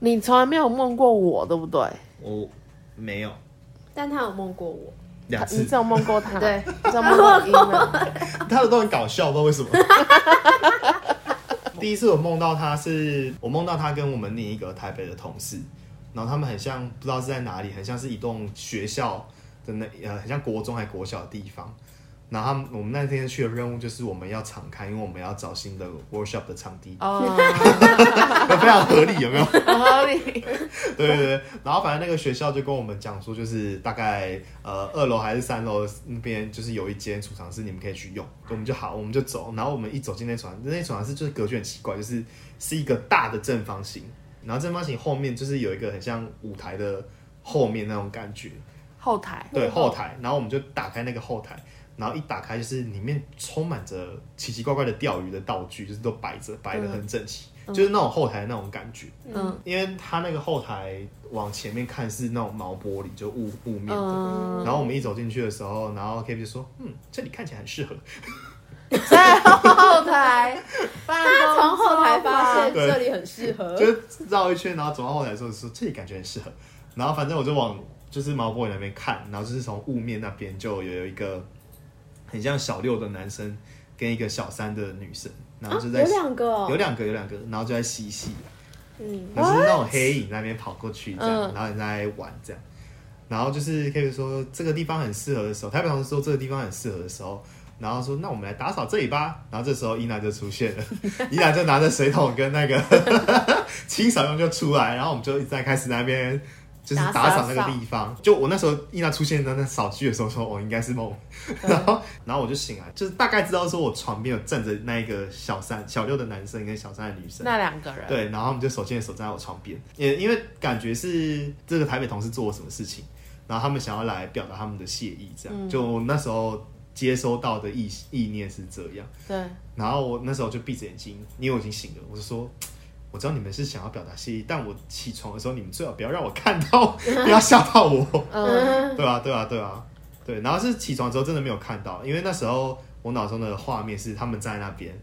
你从来没有梦过我，对不对？我没有但他有梦过我，两你次只，有梦过他，对，你只有梦过伊 娜。 他的都很搞笑，不知道为什么。第一次我梦到他是，我梦到他跟我们另一个台北的同事，然后他们很像不知道是在哪里，很像是一栋学校的那呃，很像国中还国小的地方。然后他们我们那天去的任务就是我们要敞开，因为我们要找新的 workshop 的场地，哦，非常合理，有没有？很合理。 对对对，然后反正那个学校就跟我们讲说，就是大概呃二楼还是三楼那边，就是有一间储藏室，你们可以去用。我们就好，我们就走。然后我们一走进那储藏，那储藏室就是格局很奇怪，就是是一个大的正方形，然后正方形后面就是有一个很像舞台的后面那种感觉，后台对后台。然后我们就打开那个后台，然后一打开就是里面充满着奇奇怪怪的钓鱼的道具，就是都摆着，摆的很整齐，就是那种后台的那种感觉。嗯因为它那个后台往前面看是那种毛玻璃，就雾雾面的。嗯，然后我们一走进去的时候，然后 K B 就说：“嗯，这里看起来很适合。在后台，他他 从后台发现对这里很适”合，就是绕一圈，然后走到后台的时候说：“这里感觉很适合。”然后反正我就往就是毛玻璃那边看，然后就是从雾面那边就有一个很像小六的男生跟一个小三的女生，然后就在、有两个有哦，两个有两个，然后就在嬉戏。嗯，就是那种黑影那边跑过去这样，嗯然后你在玩这样，然后就是可以说这个地方很适合的时候，台北同事说这个地方很适合的时候，然后说那我们来打扫这里吧，然后这时候伊娜就出现了，伊娜就拿着水桶跟那个 清扫用就出来，然后我们就一直在开始那边。就是打扫那个地方，就我那时候伊娜出现在那扫区的时候，说我哦应该是梦，然后然后我就醒来，就是大概知道说我床边有站着那一个小三小六的男生跟小三的女生，那两个人，对，然后他们就手牵着手站在我床边，也因为感觉是这个台北同事做了什么事情，然后他们想要来表达他们的谢意，这样、就我那时候接收到的意意念是这样，对，然后我那时候就闭着眼睛，因为我已经醒了，我就说。我知道你们是想要表达谢意，但我起床的时候，你们最好不要让我看到， 不要吓到我。嗯，对啊，对啊，对啊，对。然后是起床之后真的没有看到，因为那时候我脑中的画面是他们站在那边，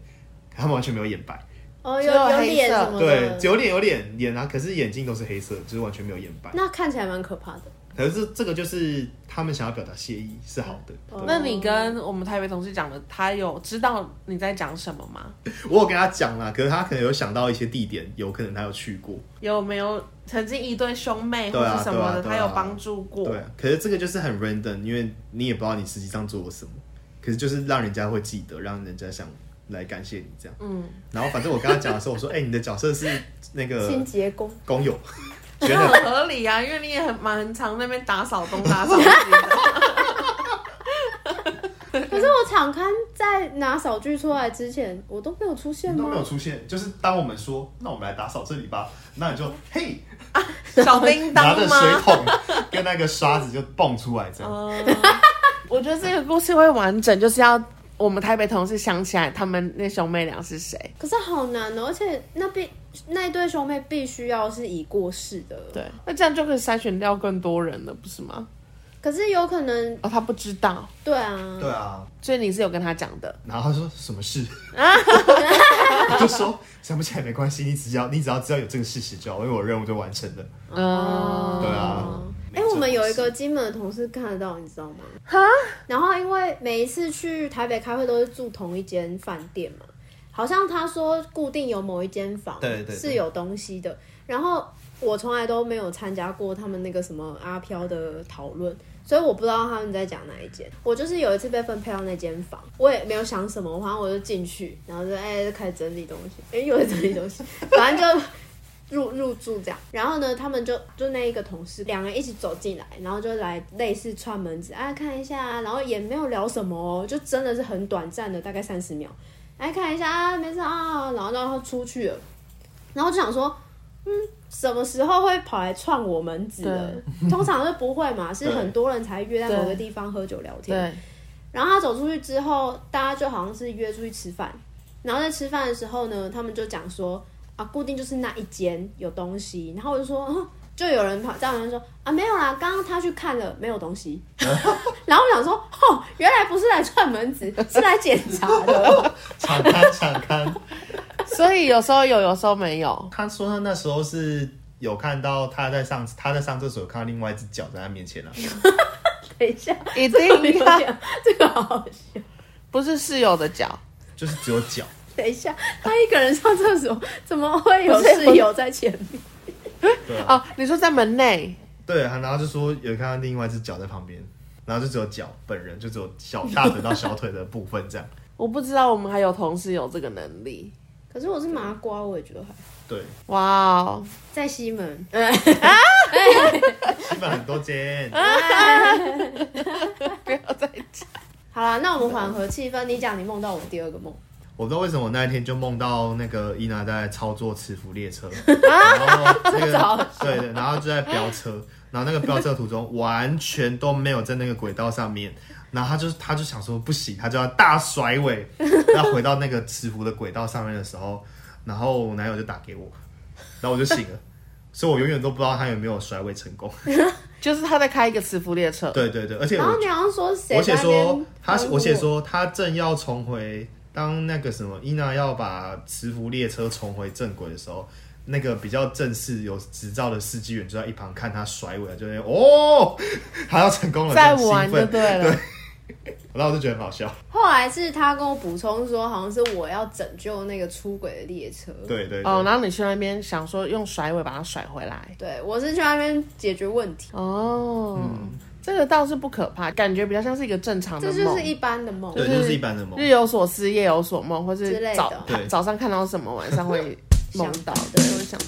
他们完全没有眼白。哦，只有有有黑色脸什么对，的，有脸有脸脸啊，可是眼睛都是黑色，就是完全没有眼白。那看起来蛮可怕的。可是这个就是他们想要表达谢意是好的。哦那你跟我们台北同事讲的，他有知道你在讲什么吗？我有跟他讲啦，可是他可能有想到一些地点，有可能他有去过。有没有曾经一对兄妹对或啊是什么的，对啊对啊他有帮助过？对，啊可是这个就是很 random，因为你也不知道你实际上做了什么，可是就是让人家会记得，让人家想来感谢你这样。嗯，然后反正我跟他讲的时候，我说：“哎、你的角色是那 清个洁工，工友。”那觉得很合理啊，因为你也很蛮很常那边打扫东打扫西 的，可是我场刊在拿扫具出来之前，我都没有出现都没有吗？出现，就是当我们说“那我们来打扫这里吧”，那你就嘿，小叮拿当着水吗？桶 跟那个刷子就蹦出来这样。哦嗯， 我觉得这个故事会完整，就是要我们台北同事想起来他们那兄妹俩是谁。可是好难哦，而且那必那一对兄妹必须要是已过世的，对，那这样就可以筛选掉更多人了，不是吗？可是有可能，哦，他不知道，对啊，对啊，所以你是有跟他讲的。然后他说什么 事，我就说想不起来没关系，你只要你只要知道有这个事实就好，因为我任务就完成了。嗯，对啊，哦哎、我们有一个金门的同事看得到，你知道吗？哈，然后因为每一次去台北开会都是住同一间饭店嘛，好像他说固定有某一间房对对对是有东西的，然后我从来都没有参加过他们那个什么阿飘的讨论。所以我不知道他们在讲哪一间，我就是有一次被分配到那间房，我也没有想什么，反正我就进去，然后就哎、就开始整理东西，哎、又在整理东西，反正就 入入住这样，然后呢，他们就就那一个同事，两人一起走进来，然后就来类似串门子，啊，看一下啊，然后也没有聊什么哦，就真的是很短暂的，大概三十秒，来看一下啊，没事啊，然后然后出去了，然后就想说，嗯，什么时候会跑来串我门子了？通常是不会嘛，是对很多人才约在对某个地方喝酒聊天，对，然后他走出去之后，大家就好像是约出去吃饭，然后在吃饭的时候呢，他们就讲说啊，固定就是那一间有东西，然后我就说， 嗯、就有人跑，这样有人说啊，没有啦，刚刚他去看了，没有东西。 然后我想说，哦，原来不是来串门子，是来检查的。 敞开敞开， 所以有时候有，有时候没有。他说他那时候是有看到他在上他在上厕所，有看到另外一只脚在他面 前啊。等一下，一这个定有要点，这个好好笑。不是室友的脚，就是只有脚，等一下，他一个人上厕所，怎么会有不是室友在前面？ 对啊，哦，你说在门内，对，啊然后就说有看到另外一只脚在旁边，然后就只有脚，本人就只有小大腿到小腿的部分这样，我不知道我们还有同事有这个能力，可是我是麻瓜，我也觉得还好对，哇哦，在西门，基本很多间，不要再讲，好了，那我们缓和气氛。你讲你梦到我第二个梦，我不知道为什么我那一天就梦到那个伊娜在操作磁浮列车，然后那真的好个对对，然后就在飙车，然后那个飙车途中完全都没有在那个轨道上面，然后他就他就想说不行，他就要大甩尾，要回到那个磁浮的轨道上面的时候，然后我男友就打给我，然后我就醒了，所以我永远都不知道他有没有甩尾成功。就是他在开一个磁浮列车，对对对，而且然后我你好像说谁我在写那边说他帮，我写说他正要重回，当那个什么伊娜要把磁浮列车重回正轨的时候，那个比较正式有执照的司机员就在一旁看他甩尾，啊就在那边哦，他要成功了，在这样玩兴就奋对了，然后我就觉得很好笑，后来是他跟我补充说，好像是我要拯救那个出轨的列车。对对对，哦，然后你去那边想说用甩尾把它甩回来，对，我是去那边解决问题，哦，这个倒是不可怕，感觉比较像是一个正常的这梦，就是一般的梦。对，就是就是一般的梦日，有所思，夜有所梦，或之类是的早对早上看到什么，晚上会梦到，想到对，会想到。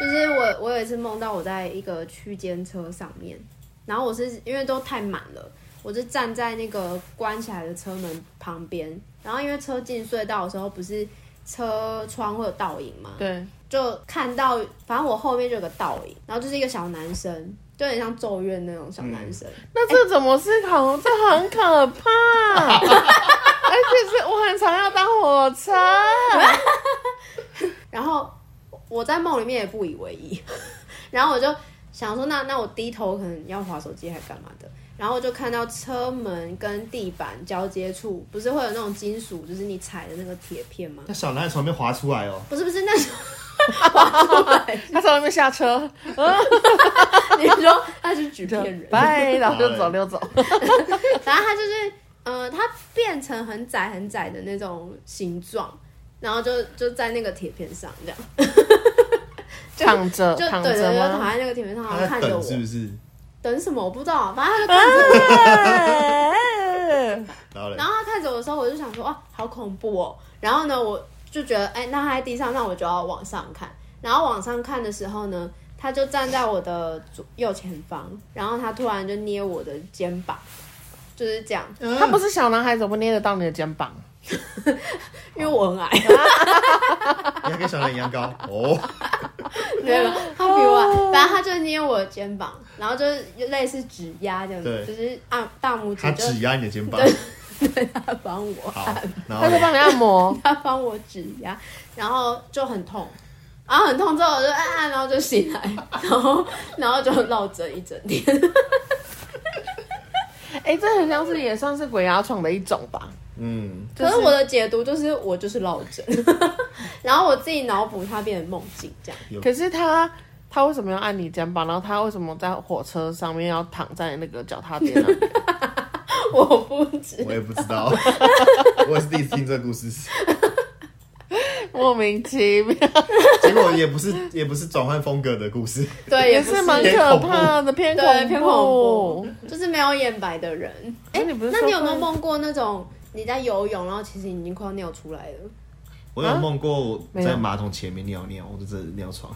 就是我我有一次梦到我在一个区间车上面，然后我是因为都太满了，我就站在那个关起来的车门旁边，然后因为车进隧道的时候不是车窗会有倒影嘛，对，就看到，反正我后面就有个倒影，然后就是一个小男生，就很像咒怨那种小男生，那这怎么思考？这很可 怕，而且是我很常要搭火 车，然后我在梦里面也不以为意，然后我就想说那，那我低头可能要划手机还干嘛的，然后我就看到车门跟地板交接处，不是会有那种金属，就是你踩的那个铁片吗？那小男孩从那边滑出来哦，不是不是，那时候滑出来，他从那边下车，你说他是纸就片人，拜，然后就走溜 走。反正它就是，呃，它变成很窄很窄的那种形状，然后就就在那个铁片上这样，躺着，就躺对对着对，躺吗？在那个铁片上，然他后在看着我等，是不是？等什么我不知道，反正他就看着我，然后嘞然，后他看着我的时候，我就想说，哇，好恐怖哦。然后呢，我就觉得，哎、那他在地上，那我就要往上看。然后往上看的时候呢，他就站在我的左右前方，然后他突然就捏我的肩膀，就是这样， 嗯他不是小男孩，怎么捏得到你的肩膀？因为我很矮。你还跟小男孩一样高哦， 对吧？他比我矮，反正他就捏我的肩膀，然后就是类似指压这样子，对就是按大拇他指就指压你的肩膀，对他帮我，好，然后他在嘞帮你按摩，他帮我指压，然后就很痛，然后很痛之后我就按按，然后就醒来，然后然后就落枕一整天。哎，这很像是也算是鬼压床的一种吧？嗯，就可是我的解读就是我就是落枕， 然后我自己脑补它变成梦境这样。可是他他为什么要按你肩膀？然后他为什么在火车上面要躺在那个脚踏垫那边？我不知我也不知道， 我也是第一次听这个故事。莫名其妙，结果也不是 也不是转换风格的故事，对，也不是蛮可怕的，偏对恐偏恐怖，。就是没有眼白的人。哎，你不是那你有 没有说梦过那种你在游泳，然后其实你已经快要尿出来了？我有梦过我没有在马桶前面尿尿，我就真的尿床。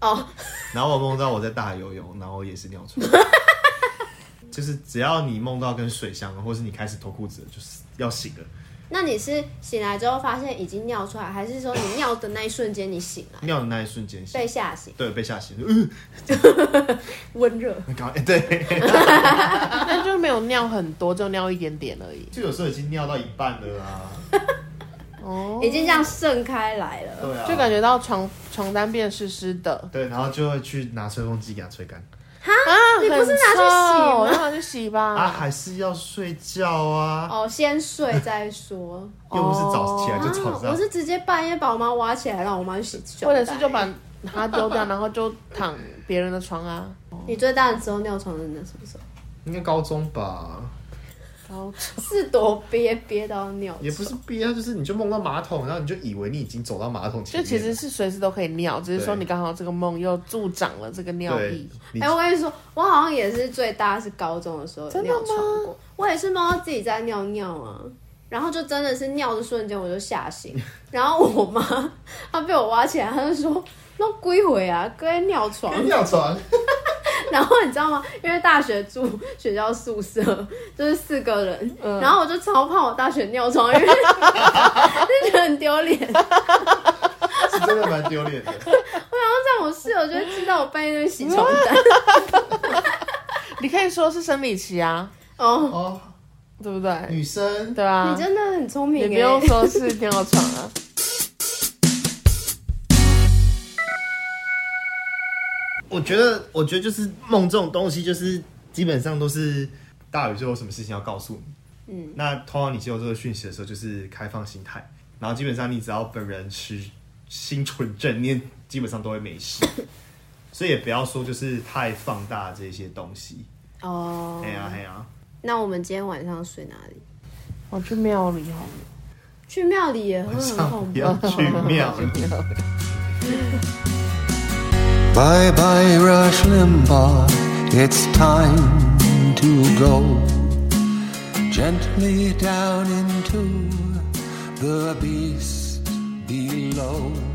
哦，然后我梦到我在大海游泳，然后也是尿 床。就是只要你梦到跟水相关，或是你开始脱裤子了，就是要醒了。那你是醒来之后发现已经尿出来，还是说你尿的那一瞬间你醒来尿的那一瞬间醒被，吓醒？对，被吓醒，嗯，温热。很搞，哎对，那就没有尿很多，就尿一点点而已。就有时候已经尿到一半了啊，哦，已经这样盛开来了，对啊，就感觉到床床单变湿湿的，对，然后就会去拿吹风机给它吹干，哈，啊，你不是很拿去臭洗拿吗？去洗吧。啊，还是要睡觉啊，哦，先睡 再说。又不是早起来就哦早哦啊我上。是直接半夜把我妈挖起来，让我妈去洗胸或者是带就把它丢掉，然后就躺别人的床啊。你最大的时候尿床是那什么时 候？应该高中吧，然后是多憋憋到尿床，也不是憋，啊，就是你就梦到马桶，然后你就以为你已经走到马桶前就其面了。实是随时都可以尿，只是说对你刚好这个梦又助长了这个尿对意。，你哎、我跟你说，我好像也是最大是高中的时候有真的尿吗床过，我也是梦到自己在尿尿啊，然后就真的是尿的瞬间我就吓醒， 然后我妈她被我挖起来，她就说弄归回啊，搁在尿床。尿床， 然后你知道吗？因为大学住学校宿舍，就是四个人，然后我就超怕我大学尿床，因为 就觉得很丢脸。是真的蛮丢脸的。这样我室友就会知道我半夜在洗床 单。你可以说是生理期啊，哦，哦，对不对？女生对啊你，真的很聪明你耶，不用说是尿床啊。我觉得，我觉得就是梦这种东西，就是基本上都是大宇宙有什么事情要告诉你。嗯，那通常你接受这个讯息的时候，就是开放心态，然后基本上你只要本人持心存正念，基本上都会没 事。所以也不要说就是太放大这些东西。哦哎。呀哎呀，那我们今天晚上睡哪里？ 我去庙里好了。去庙里也会嗯晚很 上恐不怖。要去庙里。 Bye bye, Rush Limbaugh. It's time to go gently down into the beast below.